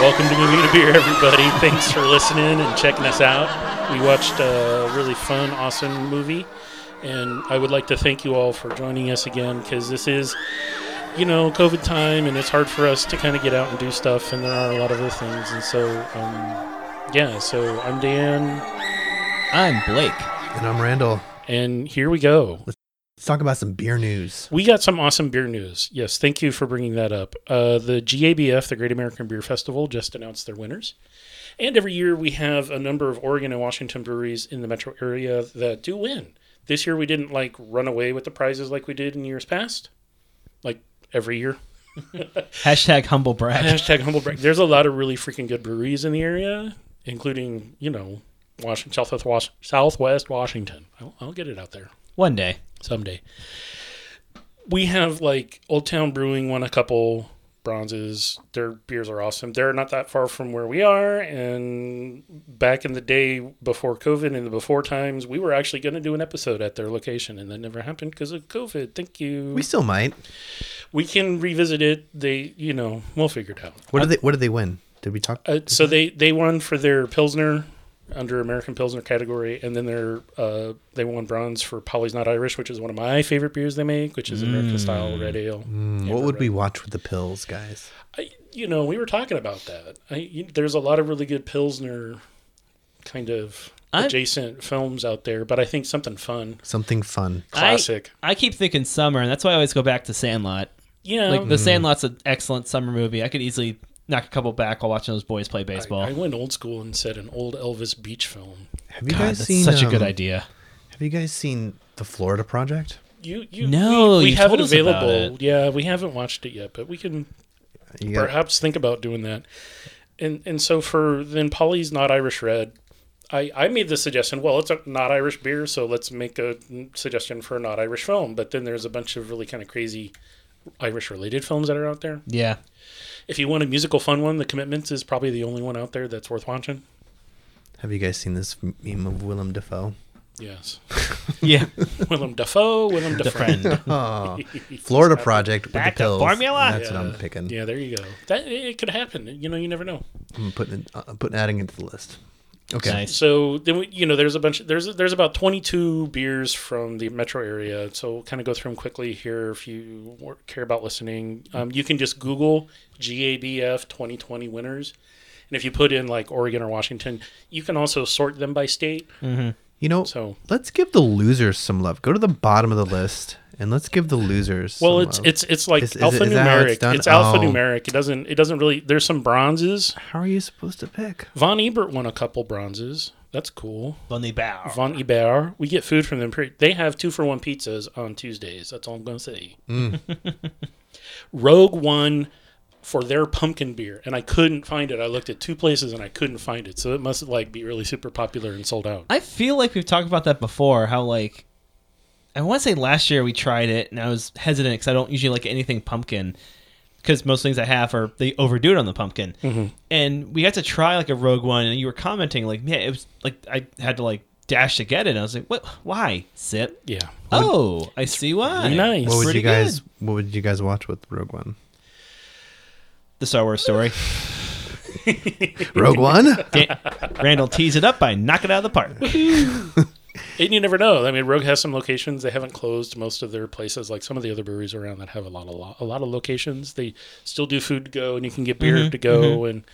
Welcome to Movie and a Beer, everybody. Thanks for listening and checking us out. We watched a really fun, awesome movie, and I would like to thank you all for joining us again because this is, you know, COVID time, and it's hard for us to kind of get out and do stuff, and there are a lot of other things, and so, um, yeah. So I'm Dan, I'm Blake. And I'm Randall. and here we go. Let's talk about some beer news. We got some awesome beer news. Yes, thank you for bringing that up. Uh, the GABF, the Great American Beer Festival, just announced their winners. And every year we have a number of Oregon and Washington breweries in the metro area that do win. This year we didn't like run away with the prizes like we did in years past, like every year. Hashtag humble brag. Hashtag humble brag. There's a lot of really freaking good breweries in the area, including, you know, Washington, Southwest, Wash- Southwest Washington. I'll, I'll get it out there. One day. someday. We have like Old Town Brewing won a couple bronzes. Their beers are awesome. They're not that far from where we are. And back in the day before COVID and the before times, we were actually going to do an episode at their location, and that never happened because of COVID. Thank you. We We, still might. can revisit it. They, you know, we'll figure it out. What did they what did they win? Did we talk Uh, Mm-hmm. so they they won for their pilsner under American Pilsner category, and then their uh, they won bronze for Polly's Not Irish, which is one of my favorite beers they make, which is American style red ale. Mm, what would we watch with the pills, guys? I, you know, we were talking about that. I, you, there's a lot of really good pilsner kind of I- adjacent films out there, but I think something fun, Something fun. classic. I keep thinking summer, and that's why I always go back to Sandlot. yeah, Like, The Sandlot's an excellent summer movie. I could easily knock a couple back while watching those boys play baseball. I, I went old school and said an old Elvis Beach film. Have you God, guys that's seen such a good um, idea. Have you guys seen The Florida Project? You, you we, No, we you have told it us about available. Yeah, we haven't watched it yet, but we can You got- perhaps think about doing that. And and so for then Polly's not Irish red. I, I made the suggestion. Well, it's a not Irish beer, so let's make a suggestion for a not Irish film. But then there's a bunch of really kind of crazy Irish related films that are out there. Yeah. If you want a musical fun one, The Commitments is probably the only one out there that's worth watching. have you guys seen this meme of Willem Dafoe? Yes, Yeah. Willem Dafoe, Willem the Dafoe. friend. Oh, Florida Project with Back the to pills. formula? That's what I'm Yeah. picking. Yeah, there you go. That it could happen. You know, you never know. I'm putting it, I'm putting adding it to the list. Okay. Nice. So then we, you know, there's a bunch. There's there's about 22 beers from the metro area. So we'll kind of go through them quickly here. If you wor- care about listening, um, you can just Google GABF 2020 winners, and if you put in like Oregon or Washington, you can also sort them by state. You know, So let's give the losers some love. Go to the bottom of the list and let's give the losers. well, some it's love. it's it's like Is- is- is that how alphanumeric. it's It's, done? Oh. alphanumeric. It doesn't it doesn't really. There's some bronzes. how are you supposed to pick? Von Ebert won a couple bronzes. That's cool. Lonely bow. Von Iber. We get food from them. pretty- They have two for one pizzas on Tuesdays. That's all I'm going to say. Rogue won for their pumpkin beer, and I couldn't find it. I looked at two places and I couldn't find it. So it must like be really super popular and sold out. I feel like we've talked about that before. How like I want to say last year we tried it, and I was hesitant because I don't usually like anything pumpkin because most things I have are they overdo it on the pumpkin. And we had to try like a rogue one, and you were commenting like, "Man, it was like I had to like dash to get it." And I was like, "What? Why sip?" Yeah. Oh, I see why. nice. What would Pretty you guys? good. What would you guys watch with Rogue One? The Star Wars story. Rogue One. Dan- Randall tees it up by knocking it out of the park. And you never know. I mean, Rogue has some locations. They haven't closed most of their places, like some of the other breweries around that have a lot of lo- a lot of locations. They still do food to go, and you can get beer Mm-hmm, to go, and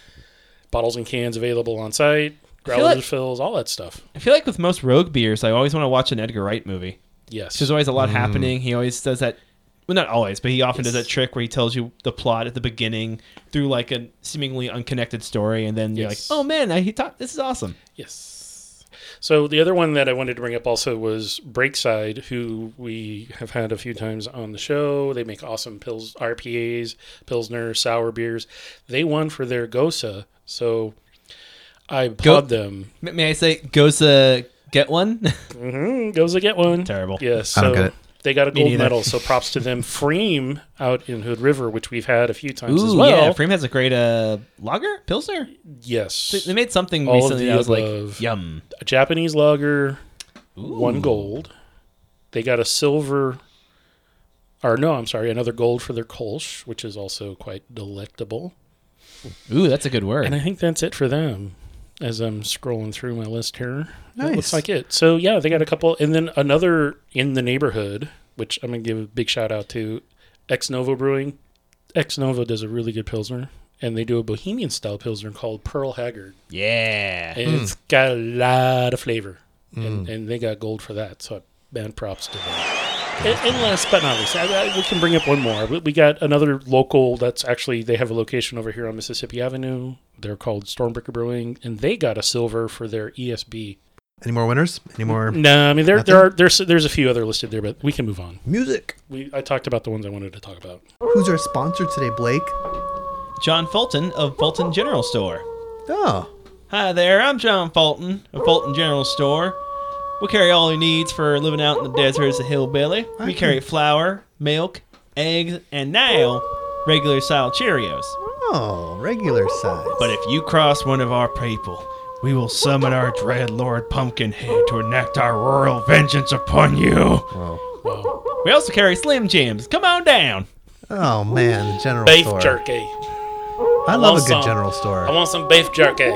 bottles and cans available on site, feel growlers, like- fills, all that stuff. I feel like with most rogue beers, I always want to watch an Edgar Wright movie. Yes, There's always a lot happening. He always does that. Well, not always, but he often does that trick where he tells you the plot at the beginning through like a seemingly unconnected story, and then you're like, Yes. "Oh man, I, he taught this is awesome." Yes. So the other one that I wanted to bring up also was Breakside, who we have had a few times on the show. They make awesome pills, RPAs, Pilsner, sour beers. They won for their Gosa, so I applaud them. M- May I say, goes to get one? Mm, Gosa, get one. Terrible. Yes. I So don't get it. they got a gold neither. medal, so props to them. Freem out in Hood River, which we've had a few times as Ooh, well. yeah. Frame has a great uh, lager pilsner. yes. They- They made something All of recently the that was above. like yum. a Japanese lager, Ooh. one gold. They got a silver, or no, I'm sorry, another gold for their Kolsch, which is also quite delectable. Ooh, that's a good word. And I think that's it for them. As I'm scrolling through my list here, that looks Nice. like it. So yeah, they got a couple, and then another in the neighborhood, which I'm gonna give a big shout out to Ex Novo Brewing. Ex Novo does a really good pilsner, and they do a Bohemian style pilsner called Pearl Haggard, yeah. and it's got a lot of flavor, and, and they got gold for that. So man, props to them. And, and last but not least, I, I, we can bring up one more. We, we got another local that's actually they have a location over here on Mississippi Avenue. They're called Stormbreaker Brewing, and they got a silver for their E ESB. Any more winners? Any more No, I mean there Nothing? there are there's there's a few other listed there, but we can move on. music? We I talked about the ones I wanted to talk about. Who's our sponsor today, Blake? John Fulton of Fulton General Store. Oh, Hi there, I'm John Fulton of Fulton General Store. We carry all your needs for living out in the desert as a hillbilly. We carry flour, milk, eggs, and now regular style Cheerios. oh, regular size. But if you cross one of our people, we will summon our dread Lord Pumpkinhead to enact our royal vengeance upon you. oh. Wow. We also carry Slim Jims. Come on down. oh man, general Beef store. jerky. I love a Love good some. general I store. want some beef jerky.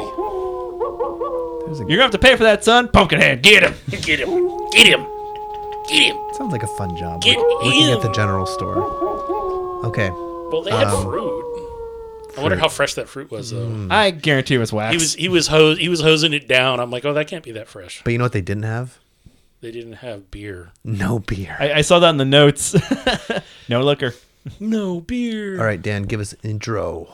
There's a- You're gonna have to pay for that, son. Pumpkinhead, get him. Get him. Get him. Get him. sounds like a fun job. Get work- Working at the in. general store. Okay. Well, they had Um, fruit. Mm. I wonder how fresh that fruit was though. I guarantee it was wax. He was he was hose he was hosing it down. I'm like, oh, that can't be that fresh. But you know what they didn't have? They didn't have beer. No beer. I, I saw that in the notes. no liquor. No beer. All right, Dan, give us intro.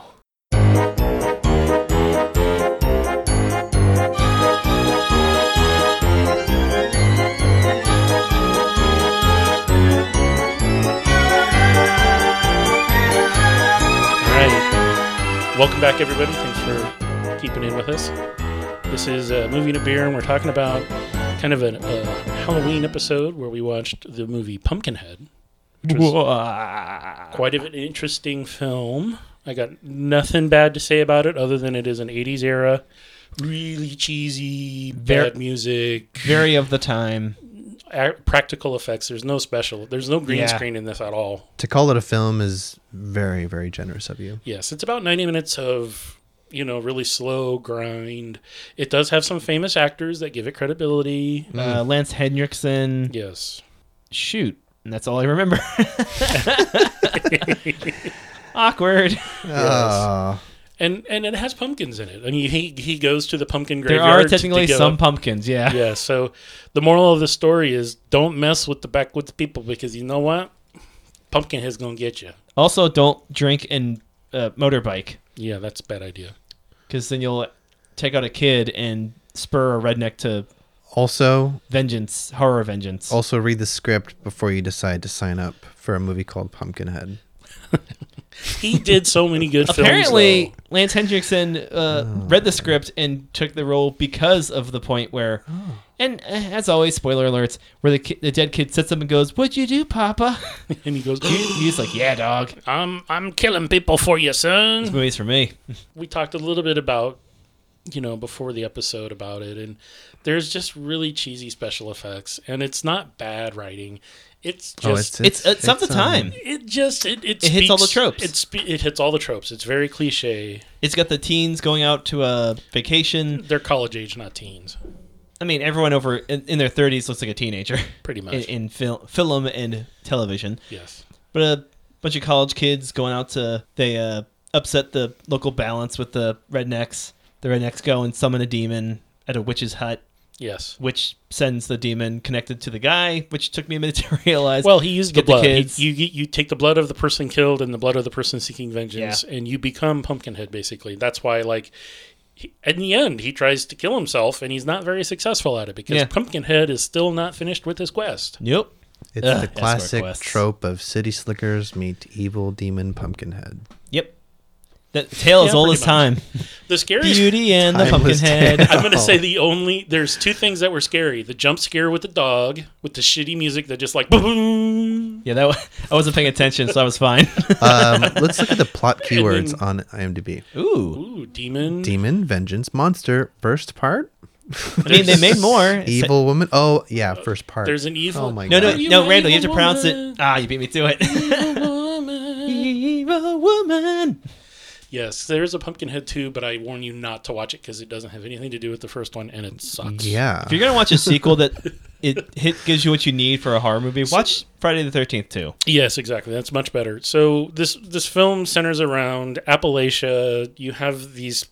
All right. Welcome back, everybody. Thanks for keeping in with us. This is uh, Movie and a Beer, and we're talking about kind of a, a Halloween episode where we watched the movie Pumpkinhead. Which was Whoa. quite an interesting film. I got nothing bad to say about it other than it is an 80s era. Really cheesy, Ver- bad music, Very of the time. ac- practical effects. There's no special. There's no green Yeah. screen in this at all. To call it a film is very, very generous of you. Yes, it's about 90 minutes of you know really slow grind. It does have some famous actors that give it credibility. Uh, Lance Henriksen. Yes. Shoot. And that's all I remember. Awkward. Ah, And and it has pumpkins in it. I mean, he he goes to the pumpkin There graveyard. are to- to technically go some up- pumpkins, yeah. yeah. So the moral of the story is don't mess with the backwoods people because you know what, pumpkin is gonna get you. Also, don't drink and uh, motorbike Yeah, that's a bad idea. because then you'll take out a kid and spur a redneck to also, vengeance, horror vengeance. also read the script before you decide to sign up for a movie called Pumpkinhead. He did so many good films. Apparently, though. Lance Hendrickson Oh. uh, read the script and took the role because of the point where, Oh. and uh, as always, spoiler alerts, where the ki- the dead kid sits up and goes, "What'd you do, Papa?" and he goes, He's like, "Yeah, dog." "I'm I'm killing people for you, son." This movie's for me. we talked a little bit about you know before the episode about it and there's just really cheesy special effects and it's not bad writing it's just Oh, It's it's, of the um, time. it just it, it, It hits all the speaks- tropes. it, spe- it hits all the tropes it's very cliche It's got the teens going out to a vacation. they're college age not teens I mean, everyone over in, in their thirties looks like a teenager pretty much in, in fil- film and television. yes But a bunch of college kids going out to they uh, upset the local balance with the rednecks. The rednecks go and summon a demon at a witch's hut, yes which sends the demon connected to the guy, which took me a minute to realize. well he used the Get the blood He- kids. you you you take the blood of the person killed and the blood of the person seeking vengeance and you become pumpkinhead basically that's why like he, in the end he tries to kill himself and he's not very successful at it because Yeah. pumpkinhead is still not finished with his quest nope. It's Ugh, the escort classic quests. trope of city slickers meet evil demon Pumpkinhead. Yep. That tale is Yeah, old pretty as much. time. the scariest Beauty and the Timeless Pumpkinhead. tale. i'm gonna say the only there's two things that were scary the jump scare with the dog with the shitty music that just like boom Yeah, that wa- I wasn't paying attention, so I was fine. Um, let's look at the plot keywords then- on IMDb. Ooh, ooh demon, Demon, vengeance, monster. First part. I mean they made more. Evil woman. Oh yeah, first part. there's an evil Oh my No, god. no, You no, an Randall, you have to evil pronounce woman. it. Ah, you beat me to it. woman. Evil woman. Yes, there is a Pumpkinhead 2, but I warn you not to watch it because it doesn't have anything to do with the first one and it sucks. Yeah. If you're gonna watch a sequel that it hit gives you what you need for a horror movie, watch Friday the Thirteenth too. Yes, exactly. That's much better. So this this film centers around Appalachia. You have these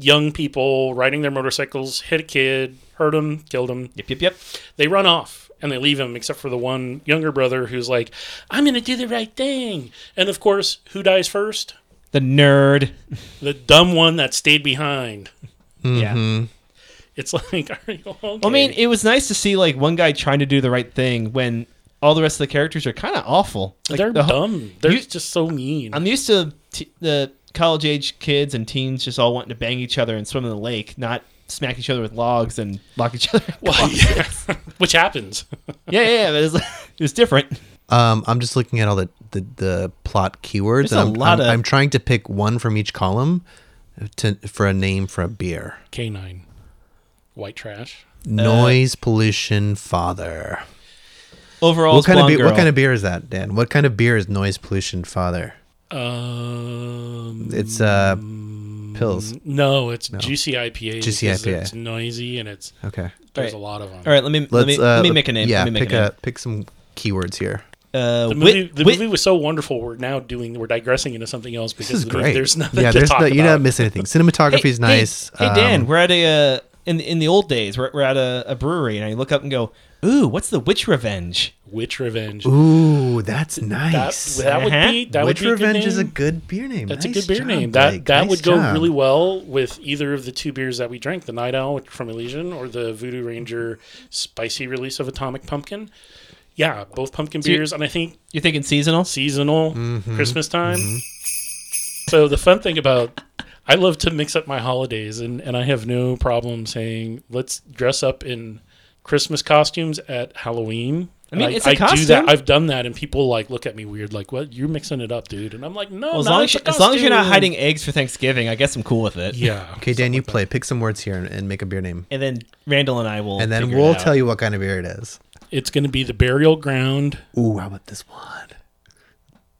young people riding their motorcycles, hit a kid, hurt him, killed him. Yep, yep, yep. They run off and they leave him, except for the one younger brother who's like, "I'm gonna do the right thing." And of course, who dies first? The nerd. The dumb one that stayed behind. Yeah. It's like, are you okay? I mean, it was nice to see like one guy trying to do the right thing when all the rest of the characters are kind of awful. Like, they're the whole- dumb. They're you- just so mean. I'm used to t- the college age kids and teens just all wanting to bang each other and swim in the lake, not smack each other with logs and lock each other. in well, closets. yeah. which happens. yeah, yeah, yeah, but it was, it was different. Um, I'm just looking at all the the, the plot keywords. There's a and I'm, lot I'm, of- I'm trying to pick one from each column to, for a name for a beer. Canine, white trash. Uh, Noise pollution father. Overall, What kind of blonde be- girl. what kind of beer is that, Dan? What kind of beer is noise pollution father? Um, It's uh pills. No, it's juicy IPA. Juicy because IPA. It's noisy and it's Okay. uh, there's Alright. a lot of them. All right, let me let me, let me make a name. let Yeah, me make pick a name. pick some keywords here. Uh, The wit- movie, the wit- movie was so wonderful. We're now doing, we're digressing into something else because This is the movie- great. there's nothing yeah, to there's talk no, about. you're not missing anything. Cinematography is nice. Hey, Dan, Um, we're at a uh, in in the old days. We're, we're at a, a brewery, and I look up and go, "Ooh, what's the witch revenge?" Witch Revenge. ooh, that's nice. That, that would be Uh-huh. that Witch would be a good Revenge is a name. good beer name. That's Nice a good beer job, name. That Blake. that Nice would go job. really well with either of the two beers that we drank, the Night Owl from Elysian or the Voodoo Ranger spicy release of Atomic Pumpkin. Yeah, both pumpkin So you- beers, and I think You're thinking seasonal? seasonal Mm-hmm. Christmas time. So the fun thing about I love to mix up my holidays and, and I have no problem saying let's dress up in Christmas costumes at Halloween. I mean, And it's a do costume. that. I've done that, and people like look at me weird, like, "What? You're mixing it up, dude?" And I'm like, "No, Well, as no, long it's as you, a as long as you're not costume." hiding eggs for Thanksgiving, I guess I'm cool with it. Yeah. Okay, Dan, you play. Pick some words here and, and make a beer name, And then Randall and I will. and then figure we'll it out. tell you what kind of beer it is. It's going to be the burial ground, Ooh, how about this one?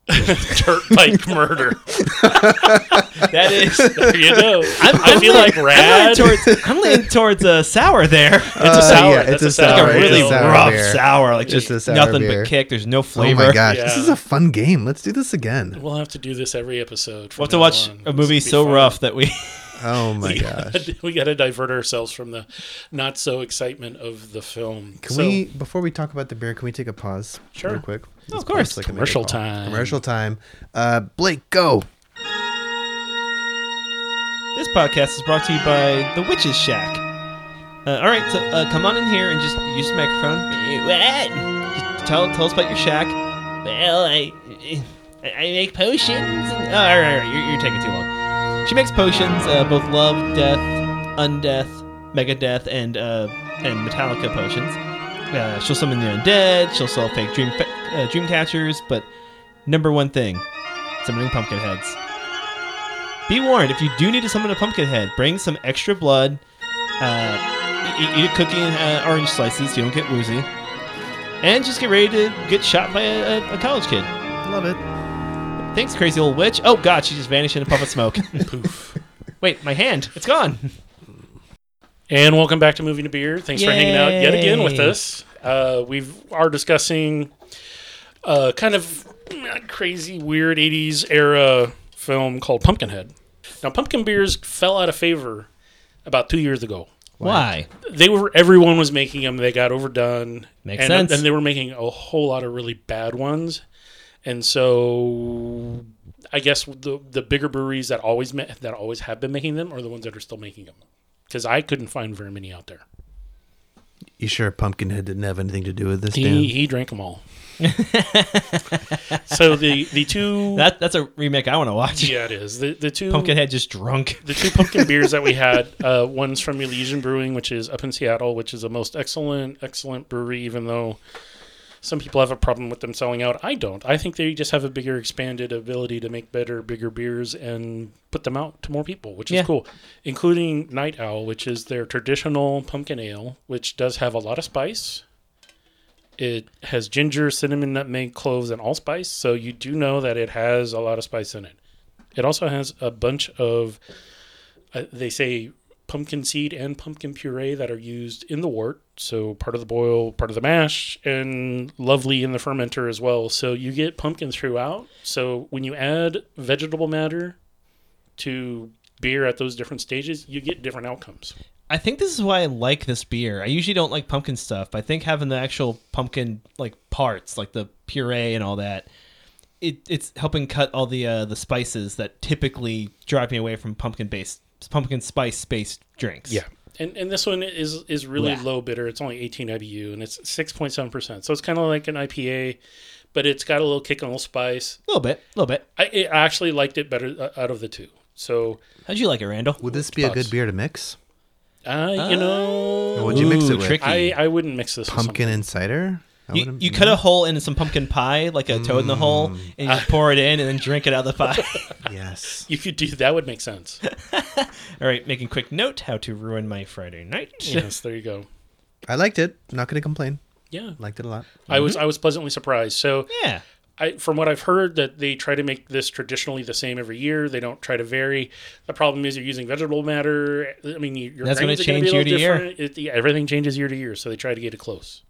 dirt bike murder. that is. There you go. I'm, I I'm feel like leaning- rad. I'm leaning towards. I'm leaning towards uh, sour there. it's a sour. Uh, yeah, That's it's a like sour. a really It's a sour rough beer. sour, like It's just a sour nothing beer. but kick. There's no Oh flavor. my gosh, this Yeah. is a fun game. Let's do this again. We'll have to do this every episode. from We'll have to now watch on. a This movie will be so fun. rough that we. Oh my gosh. we got to divert ourselves from the not so excitement of the film. Can So, we, before we talk about the beer, can we take a pause Sure. real quick? Let's course. pause so I can make a Commercial call. time. Commercial time. Uh, Blake, go. This podcast is brought to you by The Witch's Shack. Uh, all right, so uh, come on in here and just use the microphone. What? Just tell, tell us about your shack. Well, I I I make potions. And, oh, all right, all right, you're, you're taking too long. She makes potions, uh, both love, death, undeath, mega death, and uh, and Metallica potions. Uh, she'll summon the undead. She'll sell fake dream fa- uh, dream catchers, but number one thing, summoning pumpkin heads. Be warned, if you do need to summon a pumpkin head, bring some extra blood. Uh, eat, eat a cookie and uh, orange slices so you don't get woozy. And just get ready to get shot by a, a, a college kid. Love it. Thanks, crazy old witch. Oh, God, she just vanished in a puff of smoke. Poof. Wait, my hand. It's gone. And welcome back to Movie to Beer. Thanks for hanging out yet again with Yay. us. Uh, we are discussing a kind of uh, crazy, weird 80s era film called Pumpkinhead. Now, pumpkin beers fell out of favor about two years ago. Why? they were everyone was making them. They got overdone. Makes and, sense. And they were making a whole lot of really bad ones, and so I guess the the bigger breweries that always ma- that always have been making them are the ones that are still making them. Because I couldn't find very many out there. You sure Pumpkinhead didn't have anything to do with this, Dan? He, he drank them all. so the the two That, that's a remake I want to watch. yeah it is the the two Pumpkinhead just drunk. the two pumpkin beers that we had, uh, one's from Elysian Brewing, which is up in Seattle, which is a most excellent, excellent brewery, even though some people have a problem with them selling out. I don't. I think they just have a bigger, expanded ability to make better, bigger beers and put them out to more people, which is Yeah. cool, including Night Owl, which is their traditional pumpkin ale, which does have a lot of spice. It has ginger, cinnamon, nutmeg, cloves, and allspice. So you do know that it has a lot of spice in it. It also has a bunch of, uh, they say, pumpkin seed and pumpkin puree that are used in the wort. So part of the boil, part of the mash, and lovely in the fermenter as well. So you get pumpkin throughout. So when you add vegetable matter to beer at those different stages, you get different outcomes. I think this is why I like this beer. I usually don't like pumpkin stuff, but I think having the actual pumpkin like parts, like the puree and all that, it, it's helping cut all the uh, the spices that typically drive me away from pumpkin based pumpkin spice based drinks. And, and this one is is really Yeah. low bitter. It's only 18 IBU and it's 6.7%. So it's kind of like an IPA, but it's got a little kick and a little spice. a little bit, a little bit. I, I actually liked it better uh, out of the two. So, How'd you like it, Randall? Would this be a Thoughts? good beer to mix? uh, you know, What'd you mix Ooh, it with? tricky. I, I wouldn't mix this with Pumpkin and cider? I You, wouldn't- you cut a hole in some pumpkin pie, like a toad in the hole, Mm. and you just pour it in and then drink it out of the pie. Yes. You could do that. Would make sense. All right, making quick note how to ruin my Friday night. yes, there you go. I liked it. Not going to complain. Yeah, Liked it a lot. I Mm-hmm. was I was pleasantly surprised. So, Yeah. I from what I've heard that they try to make this traditionally the same every year. They don't try to vary. The problem is you're using vegetable matter. I mean, you- your That's gonna grains are gonna be change a little year to year. different. It, yeah, everything changes year to year, so they try to get it close.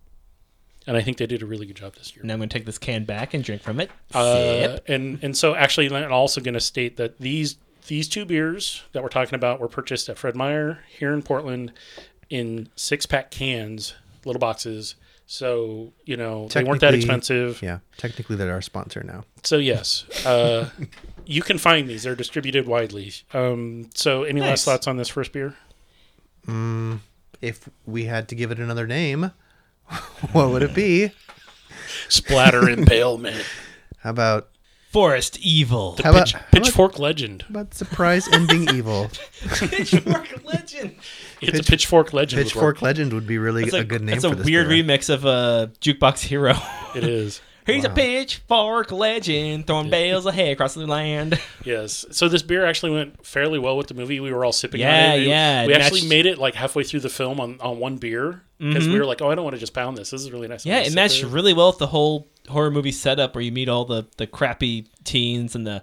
And I think they did a really good job this year. Now I'm going to take this can back and drink from it. Uh, Sip. and and so actually, I'm also going to state that these these two beers that we're talking about were purchased at Fred Meyer here in Portland in six pack cans, little boxes. So you know they weren't that Technically- expensive. Yeah. Technically, they're our sponsor now. So yes, uh, you can find these. They're distributed widely. Um, so any Nice. last thoughts on this first beer? If we had to give it another name, what would it be? Splatter impalement. How about Forest Evil. how about, Pitch, how about, pitchfork legend. how about surprise ending evil? Pitchfork Legend. It's Pitch- a pitchfork legend. would Pitchfork Legend would be really It's a good name That's a for this. weird beer. remix of uh, Jukebox Hero. work. It is. He's a pitchfork legend, throwing bales of hay across the land. Yes. So this beer actually went fairly well with the movie. We were all sipping Yeah, on it. We- yeah, We it actually matched- made it like halfway through the film on, on one beer because we were like, oh, I don't want to just pound this. This is really nice. I'm Mm-hmm. Yeah, gonna it sip matched really well with the whole horror movie setup where you meet all the, the crappy teens and the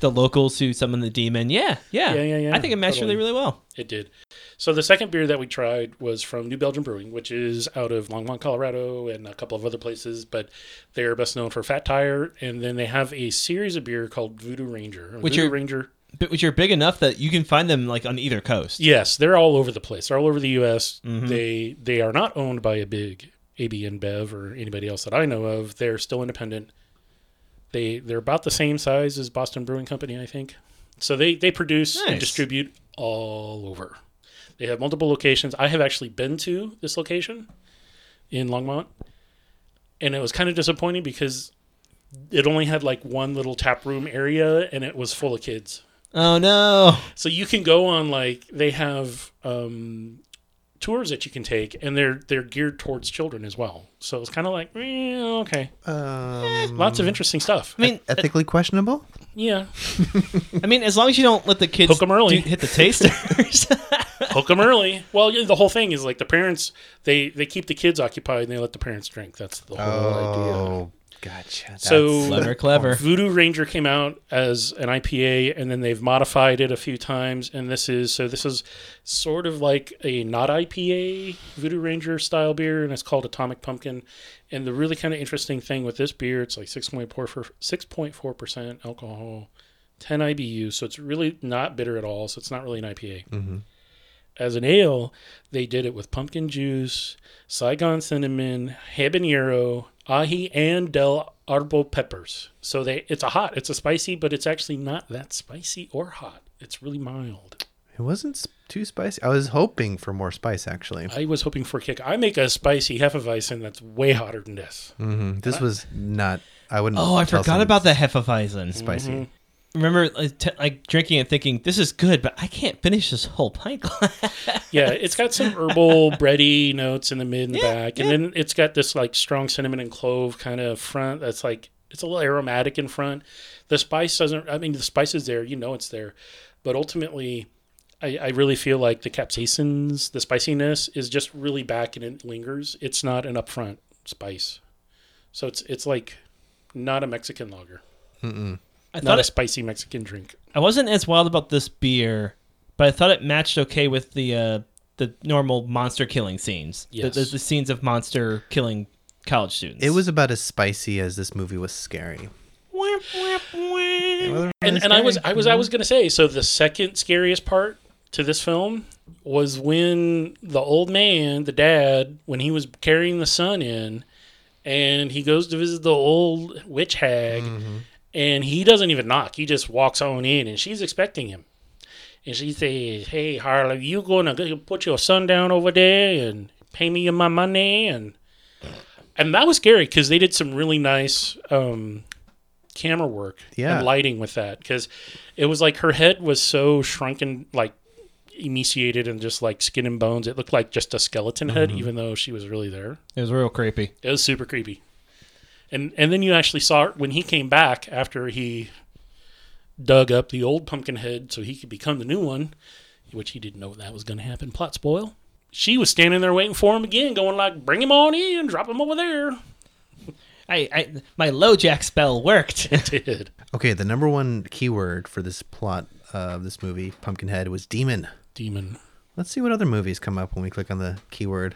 the locals who summon the demon. Yeah, yeah, Yeah, yeah, yeah, I think it matched totally. really, really well. It did. So the second beer that we tried was from New Belgium Brewing, which is out of Longmont, Colorado, and a couple of other places. But they are best known for Fat Tire, and then they have a series of beer called Voodoo Ranger. Which Voodoo are- Ranger? But which are big enough that you can find them like on either coast. Mm-hmm. Yes, they're all over the place. They're all over the U.S. They they are not owned by a big AB and Bev or anybody else that I know of. They're still independent. They they're about the same size as Boston Brewing Company, I think. So they they produce and Nice. distribute all over. They have multiple locations. I have actually been to this location in Longmont, and it was kind of disappointing because it only had like one little tap room area, and it was full of kids. Oh no. So you can go on like they have um, tours that you can take, and they're they're geared towards children as well. So it's kind of like eh, okay, Um, lots of interesting stuff. I mean, ethically questionable. yeah, I mean, as long as you don't let the kids Hook 'em early. do- hit the tasters. hook them early. Well, yeah, the whole thing is like the parents they they keep the kids occupied and they let the parents drink. That's the whole idea. Oh, gotcha. So- That's- clever, clever. Um, Voodoo Ranger came out as an IPA, and then they've modified it a few times. And this is so this is sort of like a not IPA Voodoo Ranger style beer, and it's called Atomic Pumpkin. And the really kind of interesting thing with this beer, it's like six point four for six point four percent alcohol, ten IBU, so it's really not bitter at all. So it's not really an IPA. As an ale, they did it with pumpkin juice, Saigon cinnamon, habanero, ahi, and del arbo peppers. So they it's a hot, it's a spicy, but it's actually not that spicy or hot. It's really mild. it wasn't s- too spicy. I was hoping for more spice actually. I was hoping for a kick. I make a spicy hefeweizen that's way hotter than this. hmm This was not. I wouldn't. Oh, I tell forgot someone about the it's hefeweizen. Spicy. Remember, like, t- like drinking and thinking, "This is good," but I can't finish this whole pint glass. Yeah, it's got some herbal bready notes in the mid and Yeah, back, and then it's got this like strong cinnamon and clove kind of front. That's like it's a little aromatic in front. The spice doesn't. I mean, the spice is there. You know, it's there, but ultimately, I, I really feel like the capsaicins, the spiciness, is just really back and it lingers. It's not an upfront spice, so it's it's like not a Mexican lager. I Not thought a it, spicy Mexican drink. I wasn't as wild about this beer, but I thought it matched okay with the uh, the normal monster killing scenes. The- Yes. The, the scenes of monster killing college students. It was about as spicy as this movie was scary. Wah, wah, wah. and, and I was I was I was gonna say so the second scariest part to this film was when the old man the dad when he was carrying the son in and he goes to visit the old witch hag and he doesn't even knock he just walks on in and she's expecting him and she says hey Harlow you gonna go put your son down over there and pay me my money and and that was scary because they did some really nice um, camera work Yeah. and lighting with that because it was like her head was so shrunken like emaciated and just like skin and bones it looked like just a skeleton head even though she was really there It was real creepy. it was super creepy and and then you actually saw it when he came back after he dug up the old pumpkin head so he could become the new one which he didn't know that was going to happen plot spoil she was standing there waiting for him again going like bring him on in drop him over there I, I my LoJack spell worked. did Okay, the number one keyword for this plot of this movie, Pumpkinhead, was demon. demon Let's see what other movies come up when we click on the keyword.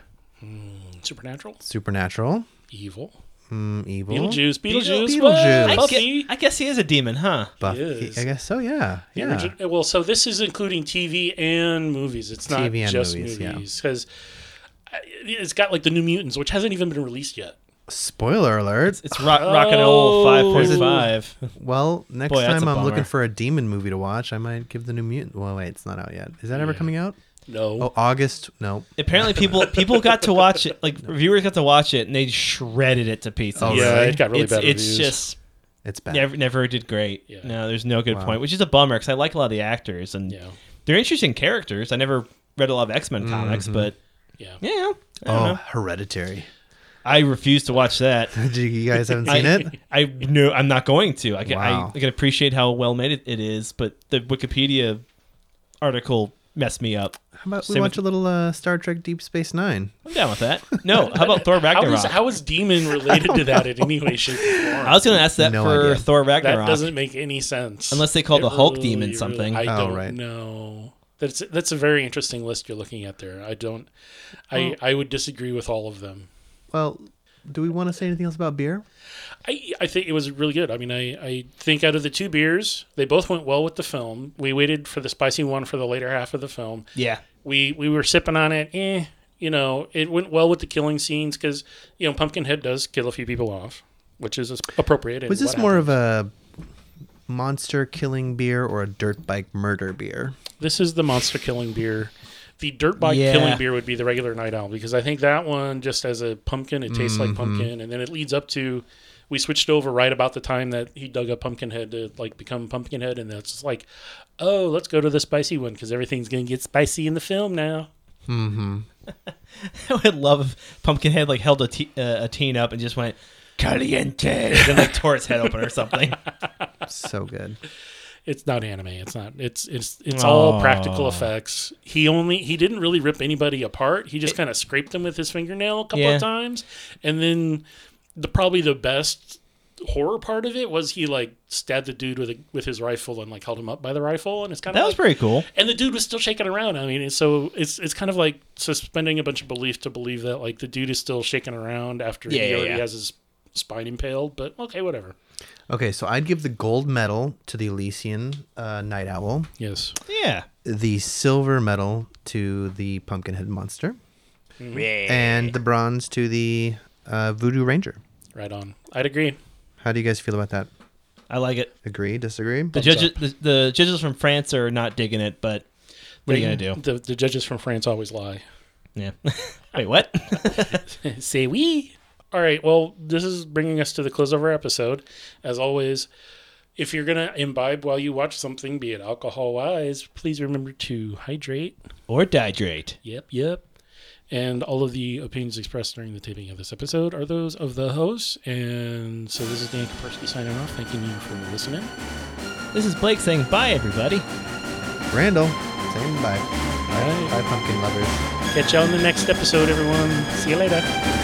supernatural Supernatural, evil mm, evil, beetlejuice beetlejuice Beetlejuice. what? I I, Buffy. guess, I guess he is a demon, huh? Buff- Yes. I guess so. Yeah, The yeah. origi- well, so this is including TV and movies. It's not TV and just movies, movies yeah. because it's got like the New Mutants, which hasn't even been released yet. Spoiler alert. It's rock rockin' Oh. old five point five. Well, next Boy, that's time a I'm looking bummer. for a demon movie to watch, I might give the New Mutant. Well, wait, it's not out yet. Is that ever coming out? No, Oh, August. No. Apparently, people people got to watch it. Like reviewers got to watch it, and they shredded it to pieces. Oh, yeah, really? it got really it's, bad it's reviews. just It's bad. never never did great. Yeah. No, there's no good Wow. point, which is a bummer because I like a lot of the actors and yeah, they're interesting characters. I never read a lot of X Men comics, but yeah. yeah, I, don't Oh, know. Hereditary. I refuse to watch that. Did you- you guys haven't I- seen it? I no, I'm not going to. I can, I, Wow. I can appreciate how well made it, it is, but the Wikipedia article messed me up. How about we Same watch a little uh, Star Trek Deep Space Nine? I'm down with that. No, how about Thor How Ragnarok? is how is demon related to that in any way, shape, or form? I was going to ask that No for idea. Thor Ragnarok. that doesn't make any sense Unless they called It the Hulk really, demon really- something. I Oh, don't right. know. That's that's a very interesting list you're looking at there. I don't. I I would disagree with all of them. Well, do we want to say anything else about beer? I, I think it was really good. I mean, I, I think out of the two beers, they both went well with the film. We waited for the spicy one for the later half of the film. yeah, We we were sipping on it. Eh, you know, it went well with the killing scenes because you know Pumpkinhead does kill a few people off, which is appropriate. and Was this what more happened. of a monster killing beer or a dirt bike murder beer? This is the monster killing beer. The dirt bike Yeah. killing beer would be the regular night owl because I think that one just as a pumpkin, it tastes Mm-hmm. like pumpkin, and then it leads up to. We switched over right about the time that he dug up Pumpkinhead to like become Pumpkinhead, and that's just like, oh, let's go to the spicy one because everything's gonna get spicy in the film now. I would love if Pumpkinhead like held a, te- uh, a teen up and just went caliente, and then like tore its head open or something. So good. It's not anime. It's not. It's it's it's Oh. all practical effects. He only he didn't really rip anybody apart. He just kind of scraped them with his fingernail a couple Yeah. of times, and then the probably the best horror part of it was he like stabbed the dude with a, with his rifle and like held him up by the rifle, and it's kind of That was pretty cool. and the dude was still shaking around. I mean, it's so it's it's kind of like suspending a bunch of belief to believe that like the dude is still shaking around after Yeah, he yeah, already yeah. has his spine impaled. But okay, whatever. Okay, so I'd give the gold medal to the Elysian uh, Night Owl, Yes. Yeah, the silver medal to the Pumpkinhead Monster, and the bronze to the uh, Voodoo Ranger. Right on. I'd agree. How do you guys feel about that? I like it. Agree? Disagree? The judges, the, the judges from France are not digging it, but what are you They- gonna The, do? the judges from France always lie. Yeah. Wait, what? Say we. All right. Well, this is bringing us to the close of our episode. As always, if you're gonna imbibe while you watch something, be it alcohol wise, please remember to hydrate. or dihydrate. Yep. Yep. And all of the opinions expressed during the taping of this episode are those of the hosts. And so this is Dan Kapersky signing off. Thanking you for listening. This is Blake saying bye, everybody. Randall, saying bye. All right. Bye, pumpkin lovers. Catch y'all in the next episode, everyone. See you later.